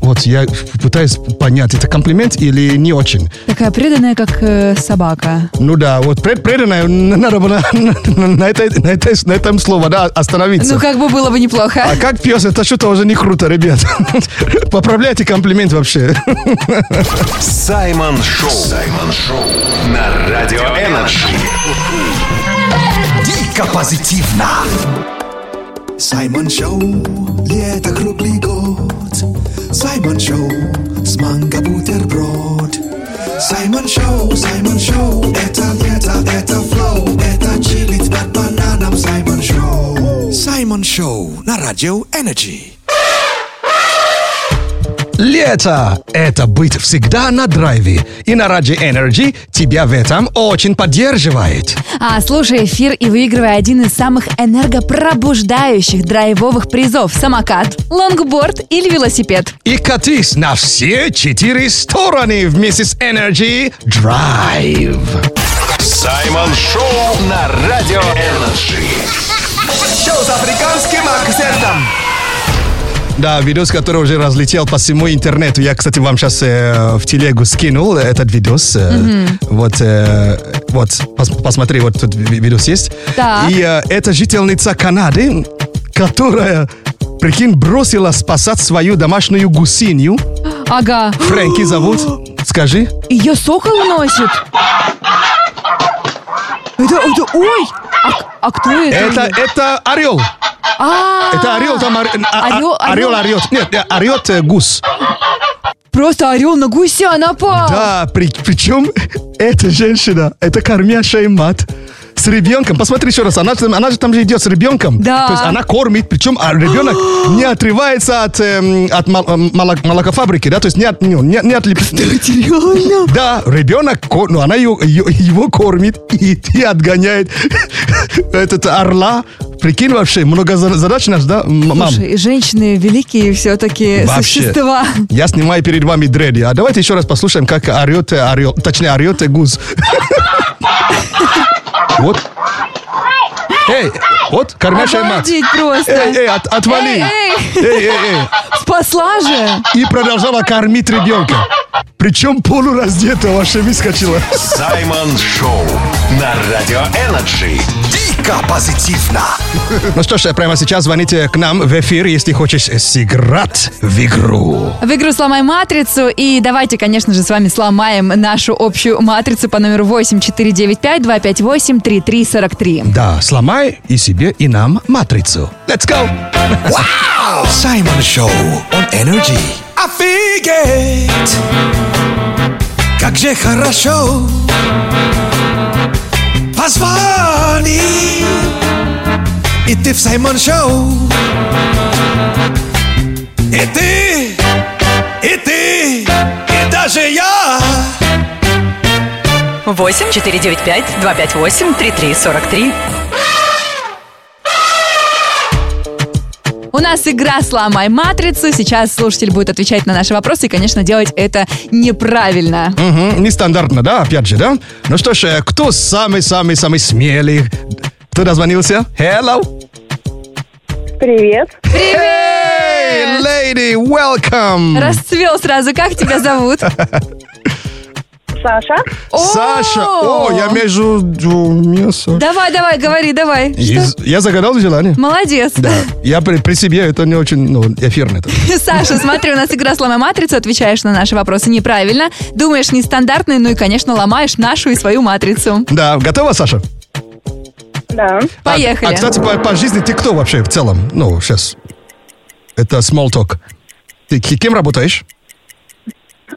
S1: Вот я пытаюсь понять, это комплимент или не очень.
S2: Такая преданная, как э, собака.
S1: Ну да, вот пред- преданная, н- надо бы на, на- на этой, на, этой- на этом слове да, остановиться.
S2: Ну, как бы было бы неплохо.
S1: А как пес, это что-то уже не круто, ребят. Поправляйте комплимент вообще.
S4: Саймон Шоу. Саймон Шоу на Радио Энерджи.
S3: Дико позитивно. Саймон Шоу, лето круглый год. Саймон Шоу, с манго бутерброд. Саймон Шоу, Саймон Шоу, это лето, это флоу, это чилит под бананом Саймон Шоу. Саймон Шоу на Радио Энерджи.
S1: Лето – это быть всегда на драйве. И на Раджи Energy тебя в этом очень поддерживает.
S2: А слушай эфир и выигрывай один из самых энергопробуждающих драйвовых призов – самокат, лонгборд или велосипед.
S1: И катись на все четыре стороны вместе с Energy Drive.
S4: Саймон Шоу на Радио Энерджи.
S12: Шоу с африканским акцентом.
S1: Да, видос, который уже разлетел по всему интернету. Я, кстати, вам сейчас в телегу скинул этот видос. Э,
S2: Мгм.
S1: Вот, э, вот, пос- посмотри, вот тут ви- видос есть.
S2: Так.
S1: И э, это жительница Канады, которая, прикинь, бросила спасать свою домашнюю гусинью.
S2: Ага.
S1: Фрэнки зовут. Скажи.
S2: Ее сокол носит. Это, это, ой! А, а кто это?
S1: Это, это орел.
S2: А,
S1: Это орел там ор- а- а-
S2: Орел- орел.
S1: орел орет. Нет, э, орет э, гус.
S2: Просто орел на гуся напал.
S1: Да, при- причем эта женщина, это кормящая мать с ребенком. Посмотри еще раз, она, же там- она же там же идет с ребенком.
S2: Да.
S1: То есть она кормит, причем а ребенок не отрывается от, эм, от мол- м- молок- молокофабрики, да, то есть не, от, не, не не отлип- Да, ребенок, ко- ну, она ее- ее- его кормит и, и отгоняет этот орла. Прикинь вообще, многозадачность, да, м- мам?
S2: Слушай, женщины великие все-таки
S1: Вообще.
S2: существа.
S1: Я снимаю перед вами дреды. А давайте еще раз послушаем, как орет орел, точнее, орет гуз. Вот. Эй, вот, кормящая мать.
S2: Обалдеть просто.
S1: Эй, а эй, от- отвали.
S2: Эй, эй.
S1: Эй, эй, эй.
S2: Спасла же.
S1: И продолжала кормить ребенка. Причем полураздета вообще выскочила.
S4: Саймон Шоу на Радио Энерджи.
S3: Дико позитивно.
S1: Ну что ж, прямо сейчас звоните к нам в эфир, если хочешь сыграть в игру.
S2: В игру «Сломай матрицу» и давайте, конечно же, с вами сломаем нашу общую матрицу по номеру 8495-258-3343.
S1: Да, сломай и себе, и нам матрицу. Let's go!
S3: Вау! Саймон Шоу on Energy.
S12: Офигеть!
S3: Как же хорошо
S12: Позвони, и ты в Саймон Шоу. И ты, и ты, и даже я.
S13: 8 495 258 3343.
S2: У нас игра «Сломай матрицу». Сейчас слушатель будет отвечать на наши вопросы и, конечно, делать это неправильно.
S1: Мгм, нестандартно, да, опять же, да? Ну что ж, э, кто самый-самый-самый смелый? Кто дозвонился? Hello!
S14: Привет.
S1: Hey, lady, welcome!
S2: Расцвел сразу. Как тебя зовут?
S14: Саша.
S1: Саша! О, я между двумя, Саша.
S2: Давай, давай, говори, давай.
S1: Я-
S2: Что?
S1: Я загадал желание.
S2: Молодец.
S1: Да. Я при, при себе, это не очень ну, эфирно. это.
S2: Саша, смотри, у нас игра «Сломай матрицу», отвечаешь на наши вопросы неправильно, думаешь нестандартные, ну и, конечно, ломаешь нашу и свою матрицу.
S1: Да, готова, Саша?
S14: Да.
S1: А,
S2: Поехали.
S1: а, кстати, по, по жизни ты кто вообще в целом? Ну, сейчас. Это small talk. Ты ки- кем работаешь?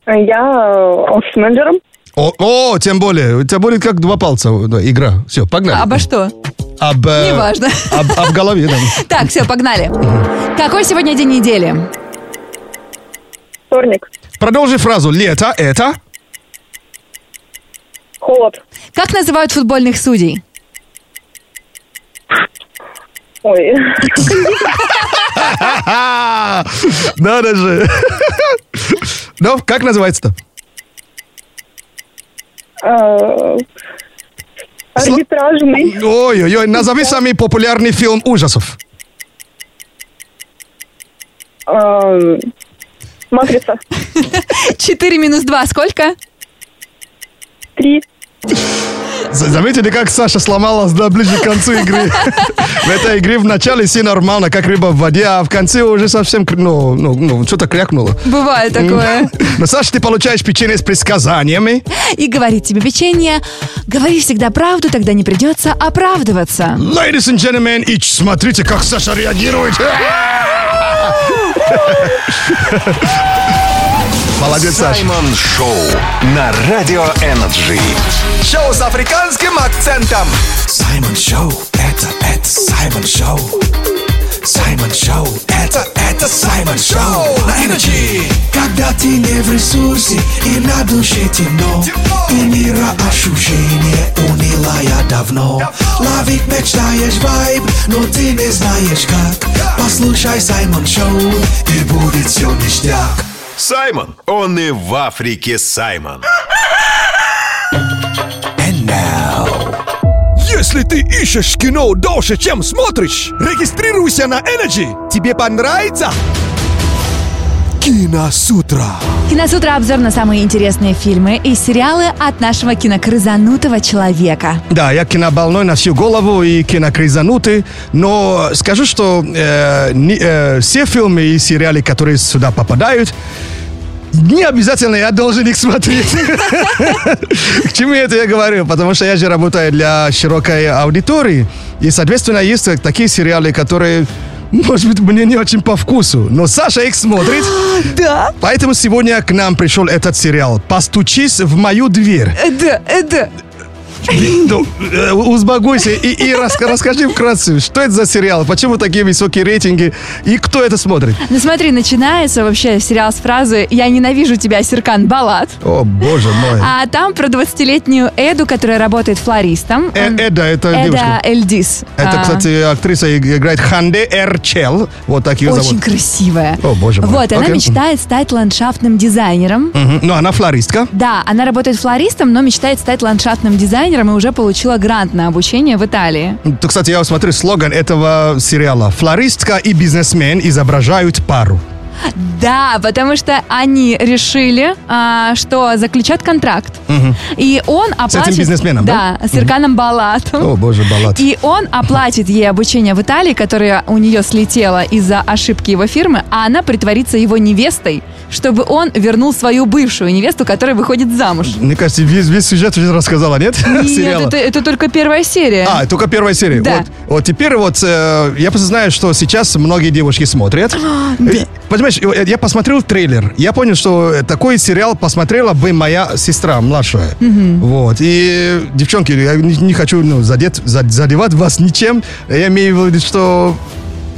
S14: Я э, офис-менеджером.
S1: О, о, тем более. У тебя будет как два пальца да, игра. Все, погнали.
S2: Обо что?
S1: Об, э,
S2: Неважно.
S1: Об, об голове, да.
S2: Так, все, погнали. Какой сегодня день недели?
S14: Вторник.
S1: Продолжи фразу. Лето – это
S14: Холод.
S2: Как называют футбольных судей?
S14: Э, Ой.
S1: Надо же. Ну, как называется-то?
S14: Э, Арбитражный.
S1: Ой-ой-ой, назови самый популярный фильм ужасов.
S14: э, Матрица.
S2: 4 минус 2 сколько?
S14: Три.
S1: За- Заметили, как Саша сломалась да, ближе к концу игры? В этой игре в начале все нормально, как рыба в воде, а в конце уже совсем, кр- ну, ну, ну, что-то крякнуло.
S2: Бывает такое.
S1: Но, Саша, ты получаешь печенье с предсказаниями.
S2: И говорит тебе печенье. Говори всегда правду, тогда не придется оправдываться.
S1: Ladies and gentlemen, и ч- смотрите, как Саша реагирует. Молодец, Саша.
S4: Саймон Шоу на Радио Энерджи.
S5: Шоу с африканским акцентом. Саймон Шоу, это, это Саймон Шоу. Саймон Шоу, это, это Саймон Шоу. На Energy. Когда ты не в ресурсе и на душе темно, и мира ощущение унила я давно. Ловить мечтаешь вайб, но ты не знаешь как. Послушай Саймон Шоу, и будет все ништяк.
S4: Саймон, он и в Африке Саймон.
S15: Если ты ищешь кино дольше, чем смотришь, регистрируйся на Energy. Тебе понравится? Киносутра.
S2: Киносутра обзор на самые интересные фильмы и сериалы от нашего кинокрызанутого человека.
S1: Да, я кинобольной на всю голову и кинокризанутый, но скажу, что э, не- э, все фильмы и сериалы, которые сюда попадают, не обязательно я должен их смотреть. К чему это я говорю? Потому что я же работаю для широкой аудитории, и, соответственно, есть такие сериалы, которые... Может быть, мне не очень по вкусу, но Саша их смотрит.
S2: Да.
S1: Поэтому сегодня к нам пришел этот сериал. Постучись в мою дверь.
S2: Да, да.
S1: Ну, э, Узбагуйся и, и раска- расскажи вкратце, что это за сериал, почему такие высокие рейтинги и кто это смотрит?
S2: Ну смотри, начинается вообще сериал с фразы «Я ненавижу тебя, Серкан Балат».
S1: О, боже мой.
S2: А там про 20-летнюю Эду, которая работает флористом.
S1: Э, Эда, это
S2: Эда
S1: девушка.
S2: Эльдис.
S1: Это,
S2: А,
S1: кстати, актриса играет Ханде Эрчел. Вот так ее
S2: А, Очень
S1: зовут.
S2: красивая.
S1: О, боже мой.
S2: Вот, она
S1: Окей.
S2: мечтает стать ландшафтным дизайнером.
S1: Мгм. Ну, она флористка.
S2: Да, она работает флористом, но мечтает стать ландшафтным дизайнером и уже получила грант на обучение в Италии.
S1: То, кстати, я смотрю слоган этого сериала. Флористка и бизнесмен изображают пару.
S2: Да, потому что они решили, а, что заключат контракт.
S1: Мгм.
S2: И он оплатит...
S1: бизнесменом, да?
S2: Да, с Ирканом Балатом.
S1: О, боже, балат.
S2: И он оплатит ей обучение в Италии, которое у нее слетело из-за ошибки его фирмы, а она притворится его невестой, чтобы он вернул свою бывшую невесту, которая выходит замуж.
S1: Мне кажется, весь, весь сюжет уже рассказала, нет?
S2: Нет,
S1: Сериала.
S2: это, это только первая серия.
S1: А, только первая серия.
S2: Да.
S1: Вот, вот теперь вот э, я просто знаю, что сейчас многие девушки смотрят. И, Понимаешь, э, я посмотрел трейлер, я понял, что э, такой сериал посмотрела бы моя сестра младшая.
S5: Мгм.
S1: Вот. И, девчонки, я не, не хочу ну, задет- за- задевать вас ничем. Я имею в виду, что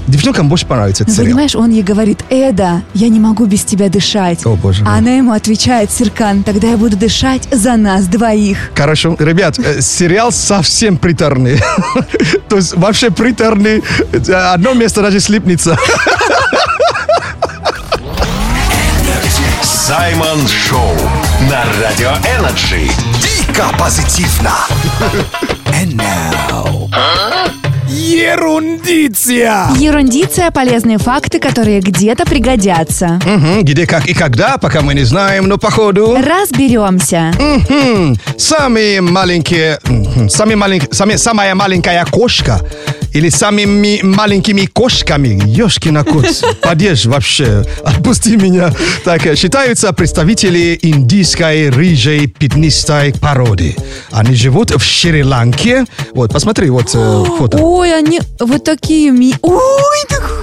S1: девчонкам больше понравится
S2: Ну,
S1: этот сериал.
S2: понимаешь, он ей говорит, Эда, я не могу без тебя дышать.
S1: О, боже мой.
S2: А она ему отвечает, Серкан, тогда я буду дышать за нас двоих.
S1: Хорошо. Ребят, э, сериал совсем приторный. То есть вообще приторный. Э, Одно место даже слипнется.
S4: Саймон Шоу на Радио Энерджи.
S5: Дико позитивно. And now.
S15: Ерундиция.
S2: Ерундиция – полезные факты, которые где-то пригодятся.
S1: Мгм, Где, как и когда, пока мы не знаем, но походу...
S2: Разберемся.
S1: Мгм, Самые маленькие... мгм, Самые маленькие... Самые, самая маленькая кошка или самыми маленькими кошками, ёшкина кот, подешь вообще, отпусти меня. Так, э, считаются представители индийской рыжей пятнистой породы. Они живут в Шри-Ланке. Вот, посмотри, вот э, фото.
S2: Ой, они вот такие ми... Ой, так...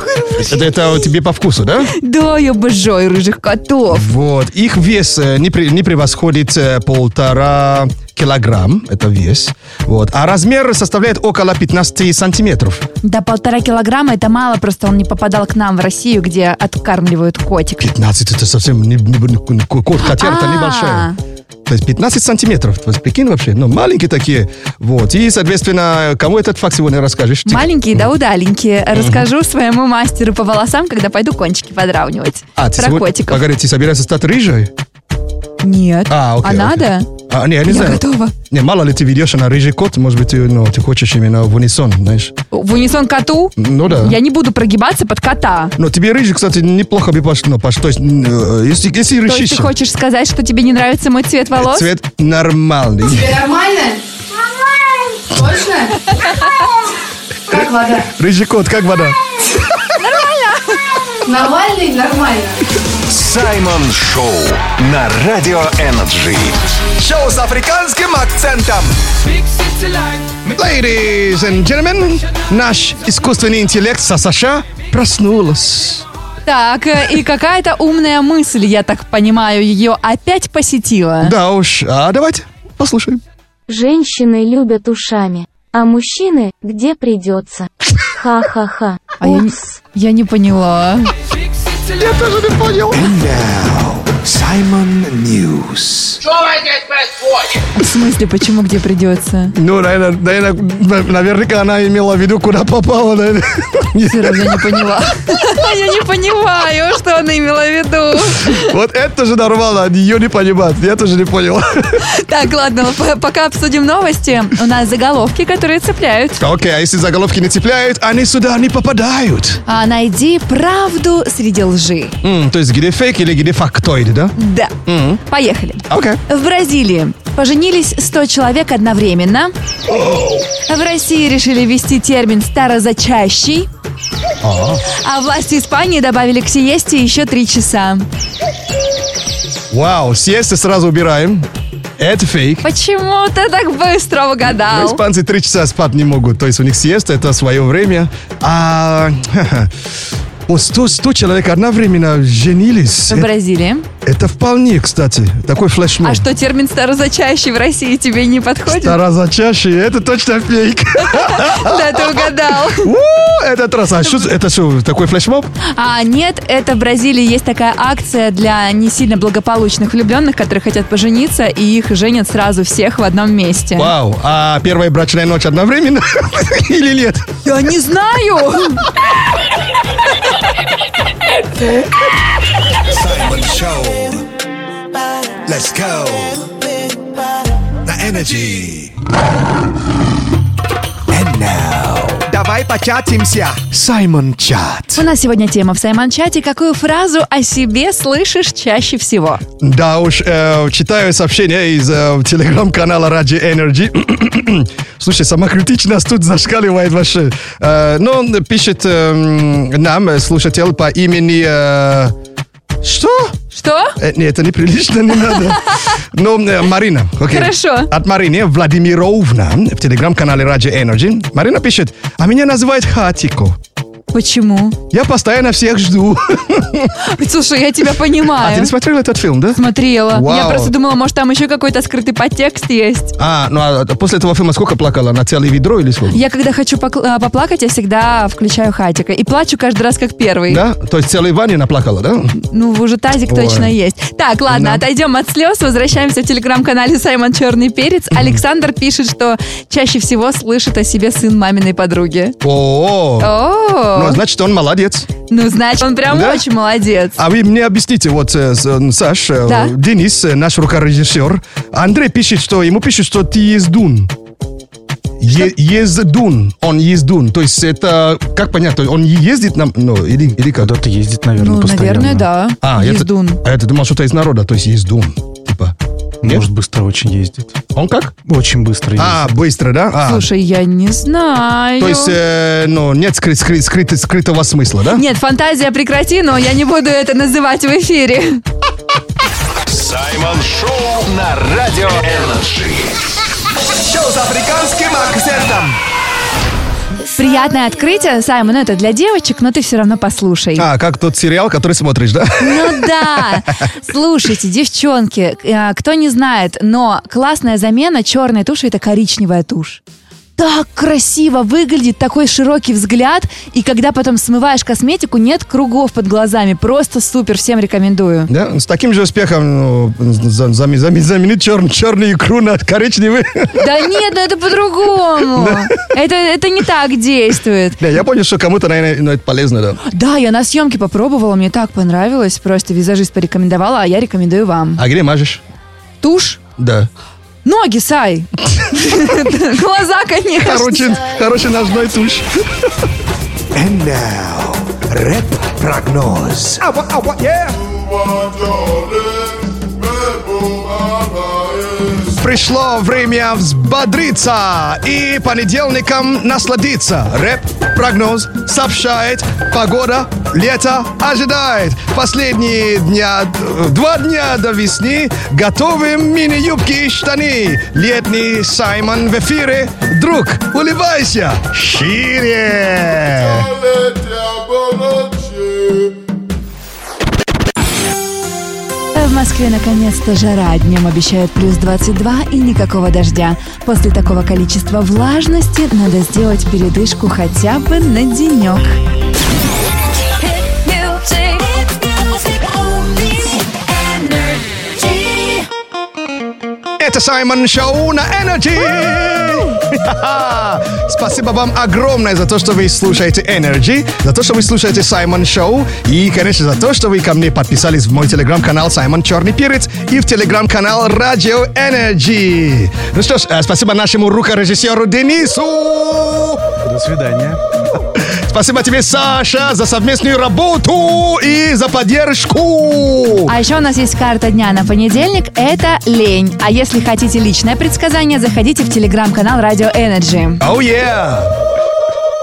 S1: Это, это тебе по вкусу, да?
S2: Да, я обожаю рыжих котов.
S1: Вот. Их вес э, не, пре- не превосходит э, полтора килограмм. Это вес. Вот. А размер составляет около 15 сантиметров.
S2: Да, полтора килограмма – это мало, просто он не попадал к нам в Россию, где откармливают котик.
S1: 15 это совсем не, не- не- не- кот, котята
S2: А.
S1: небольшая. То есть 15 сантиметров. То есть прикинь вообще, ну, маленькие такие. Вот. И, соответственно, кому этот факт сегодня расскажешь? Тебе.
S2: Маленькие, да удаленькие. Расскажу своему мастеру по волосам, когда пойду кончики подравнивать.
S1: А, ты
S2: Про
S1: сегодня,
S2: котиков.
S1: Погоди, ты собираешься стать рыжей?
S2: Нет.
S1: А, окей,
S2: а
S1: окей.
S2: надо?
S1: А, не, я не
S2: Я
S1: знаю.
S2: готова.
S1: Не, мало ли ты ведешь на рыжий кот, может быть, ты, ну, ты хочешь именно в унисон, знаешь.
S2: В унисон коту?
S1: Ну да.
S2: Я не буду прогибаться под кота.
S1: Но Ну, тебе рыжий, кстати, неплохо бы пош... ну, пош... То есть, м, э, если, если
S2: То есть ты
S1: рыжище,
S2: хочешь сказать, что тебе не нравится мой цвет волос?
S1: цвет нормальный.
S2: нормально? Точно? Как вода?
S1: Рыжий кот, как вода?
S2: Нормально. Нормальный, нормально.
S4: Саймон Шоу на Радио Энерджи.
S15: Шоу с африканским акцентом.
S1: Ladies and gentlemen, наш искусственный интеллект со США проснулась.
S2: Так, э, и какая-то умная мысль, я так понимаю, ее опять посетила.
S1: Да уж, а давайте послушаем.
S8: Женщины любят ушами, а мужчины где придется. Ха-ха-ха.
S2: А я, не- я не поняла.
S1: Я тоже не понял.
S3: Саймон Ньюс.
S2: В смысле, почему где придется?
S1: Ну, наверное, наверняка она имела в виду, куда попала. наверное.
S2: Все равно не поняла. Я не понимаю, что она имела в виду.
S1: Вот это же нормально, ее не понимать. Я тоже не понял.
S2: Так, ладно, п- пока обсудим новости. У нас заголовки, которые цепляют.
S1: Окей, а если заголовки не цепляют, они сюда не попадают.
S2: А найди правду среди лжи.
S1: М, то есть где фейк или где фактоид, да?
S2: Да.
S1: М,
S2: Поехали.
S1: Окей.
S2: В Бразилии поженились 100 человек одновременно. В России решили ввести термин «старозачащий».
S1: А,
S2: А власти Испании добавили к сиесте еще три часа.
S1: Вау, сиесты сразу убираем. Это фейк.
S2: Почему ты так быстро
S1: Ну,
S2: угадал?
S1: испанцы три часа спать не могут. То есть у них сиеста, это свое время. А по 100, 100 человек одновременно женились.
S2: В
S1: Э,
S2: Бразилии.
S1: Это, вполне, кстати, такой флешмоб.
S2: А что термин «старозачащий» в России тебе не подходит?
S1: Старозачащий, это точно фейк.
S2: Да, ты угадал.
S1: У, Этот раз, а что, это что, такой флешмоб?
S2: А нет, это в Бразилии есть такая акция для не сильно благополучных влюбленных, которые хотят пожениться, и их женят сразу всех в одном месте.
S1: Вау, а первая брачная ночь одновременно или нет?
S2: Я не знаю!
S3: Саймон Шоу. Let's go. На Energy. And now.
S15: Давай початимся. Саймон Чат.
S2: У нас сегодня тема в Саймон-чате. Какую фразу о себе слышишь чаще всего?
S1: Да уж, э, читаю сообщение из э, телеграм-канала Раджи Energy. Слушай, самокритичность тут зашкаливает вообще. Э, но он пишет э, м, нам, э, слушатель, по имени... э, что?
S2: Что?
S1: Э, нет, это неприлично, не надо. Ну, э, Марина. окей.
S2: Хорошо.
S1: От Марины Владимировна в телеграм-канале Раджи Energy. Марина пишет, а меня называют Хатико.
S2: Почему?
S1: Я постоянно всех жду.
S2: Слушай, я тебя понимаю.
S1: А ты не смотрела этот фильм, да?
S2: Смотрела. Я
S1: Вау.
S2: просто думала, может, там еще какой-то скрытый подтекст есть.
S1: А, ну а после этого фильма сколько плакала? На целое ведро или сколько?
S2: Я когда хочу покла- а, поплакать, я всегда включаю хатика. И плачу каждый раз как первый.
S1: Да? То есть целый ванне наплакала, да?
S2: Ну, уже тазик
S1: Ой.
S2: точно есть. Так, ладно,
S1: Да.
S2: отойдем от слез, возвращаемся в телеграм-канале Саймон Черный Перец. Александр пишет, что чаще всего слышит о себе сын маминой подруги.
S1: О,
S2: О,
S1: ну значит он молодец.
S2: ну значит, он прям
S1: Да?
S2: очень молодец.
S1: А вы мне объясните, вот э, с- э, Саш, э,
S2: Да.
S1: Денис, э, наш рукорежиссер, Андрей пишет, что ему пишет, что ты ездун. Е- ездун, он ездун. То есть это, как понятно, он ездит нам, ну, или, или как?
S6: Куда-то ездит, наверное,
S2: ну,
S6: постоянно.
S2: наверное, да.
S1: А, я т-
S2: Ездун.
S1: а я-то думал, что это из народа, то есть ездун. Типа, нет?
S6: Может, быстро очень ездит.
S1: он как?
S6: Очень быстро ездит.
S1: А, быстро, да? А,
S2: Слушай, я не знаю.
S1: То есть, э, ну, нет скры- скры- скрыто- скрытого смысла, да?
S2: Нет, фантазия прекрати, но я не буду это называть в эфире.
S4: Саймон Шоу на Радио Энерджи.
S15: Шоу с африканским акцентом.
S2: Приятное открытие, Саймон, ну, это для девочек, но ты все равно послушай.
S1: А, как тот сериал, который смотришь, да?
S2: Ну да. Слушайте, девчонки, э, кто не знает, но классная замена черной туши это коричневая тушь. так красиво выглядит, такой широкий взгляд. И когда потом смываешь косметику, нет кругов под глазами. Просто супер, всем рекомендую.
S1: Да, с таким же успехом ну, за- зам- зам- заменить чер- черную икру на коричневый.
S2: Да нет, ну это по-другому. Это, это не так действует.
S1: Да, я понял, что кому-то, наверное, ну, это полезно, да.
S2: Да, я на съемке попробовала, мне так понравилось. Просто визажист порекомендовала, а я рекомендую вам.
S1: А где мажешь?
S2: Тушь?
S1: Да.
S2: Ноги, Сай! Глаза, конечно.
S1: Короче, короче, ножной тушь.
S3: And now, Rep Prognoz.
S15: Awa, awa, yeah.
S1: Пришло время взбодриться и понедельником насладиться. Рэп-прогноз сообщает, погода лето ожидает. Последние дня, два дня до весны готовим мини-юбки и штаны. Летний Саймон в эфире. Друг, улыбайся шире.
S2: В Москве наконец-то жара. Днем обещают плюс 22 и никакого дождя. После такого количества влажности надо сделать передышку хотя бы на денек.
S1: Это Саймон Шоу на Energy. Спасибо вам огромное за то, что вы слушаете Energy, за то, что вы слушаете Саймон Шоу и, конечно, за то, что вы ко мне подписались в мой телеграм-канал Саймон Черный Перец и в телеграм-канал Радио Energy. Ну что ж, э, спасибо нашему рукорежиссеру Денису.
S6: До свидания.
S1: Спасибо тебе, Саша, за совместную работу и за поддержку.
S2: А еще у нас есть карта дня на понедельник. Это лень. А если хотите личное предсказание, заходите в телеграм-канал Радио Energy.
S1: Оу, Oh,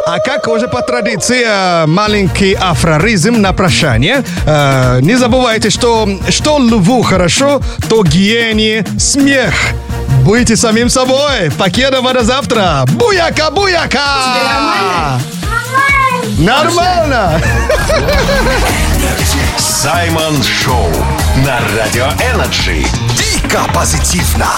S1: А как уже по традиции э, маленький афроризм на прощание. Э, Не забывайте, что что льву хорошо, то гиене смех. Будьте самим собой. Покедова до завтра. Буяка, буяка! Нормально!
S4: Саймон Шоу на Радио Энерджи.
S3: Дико позитивно.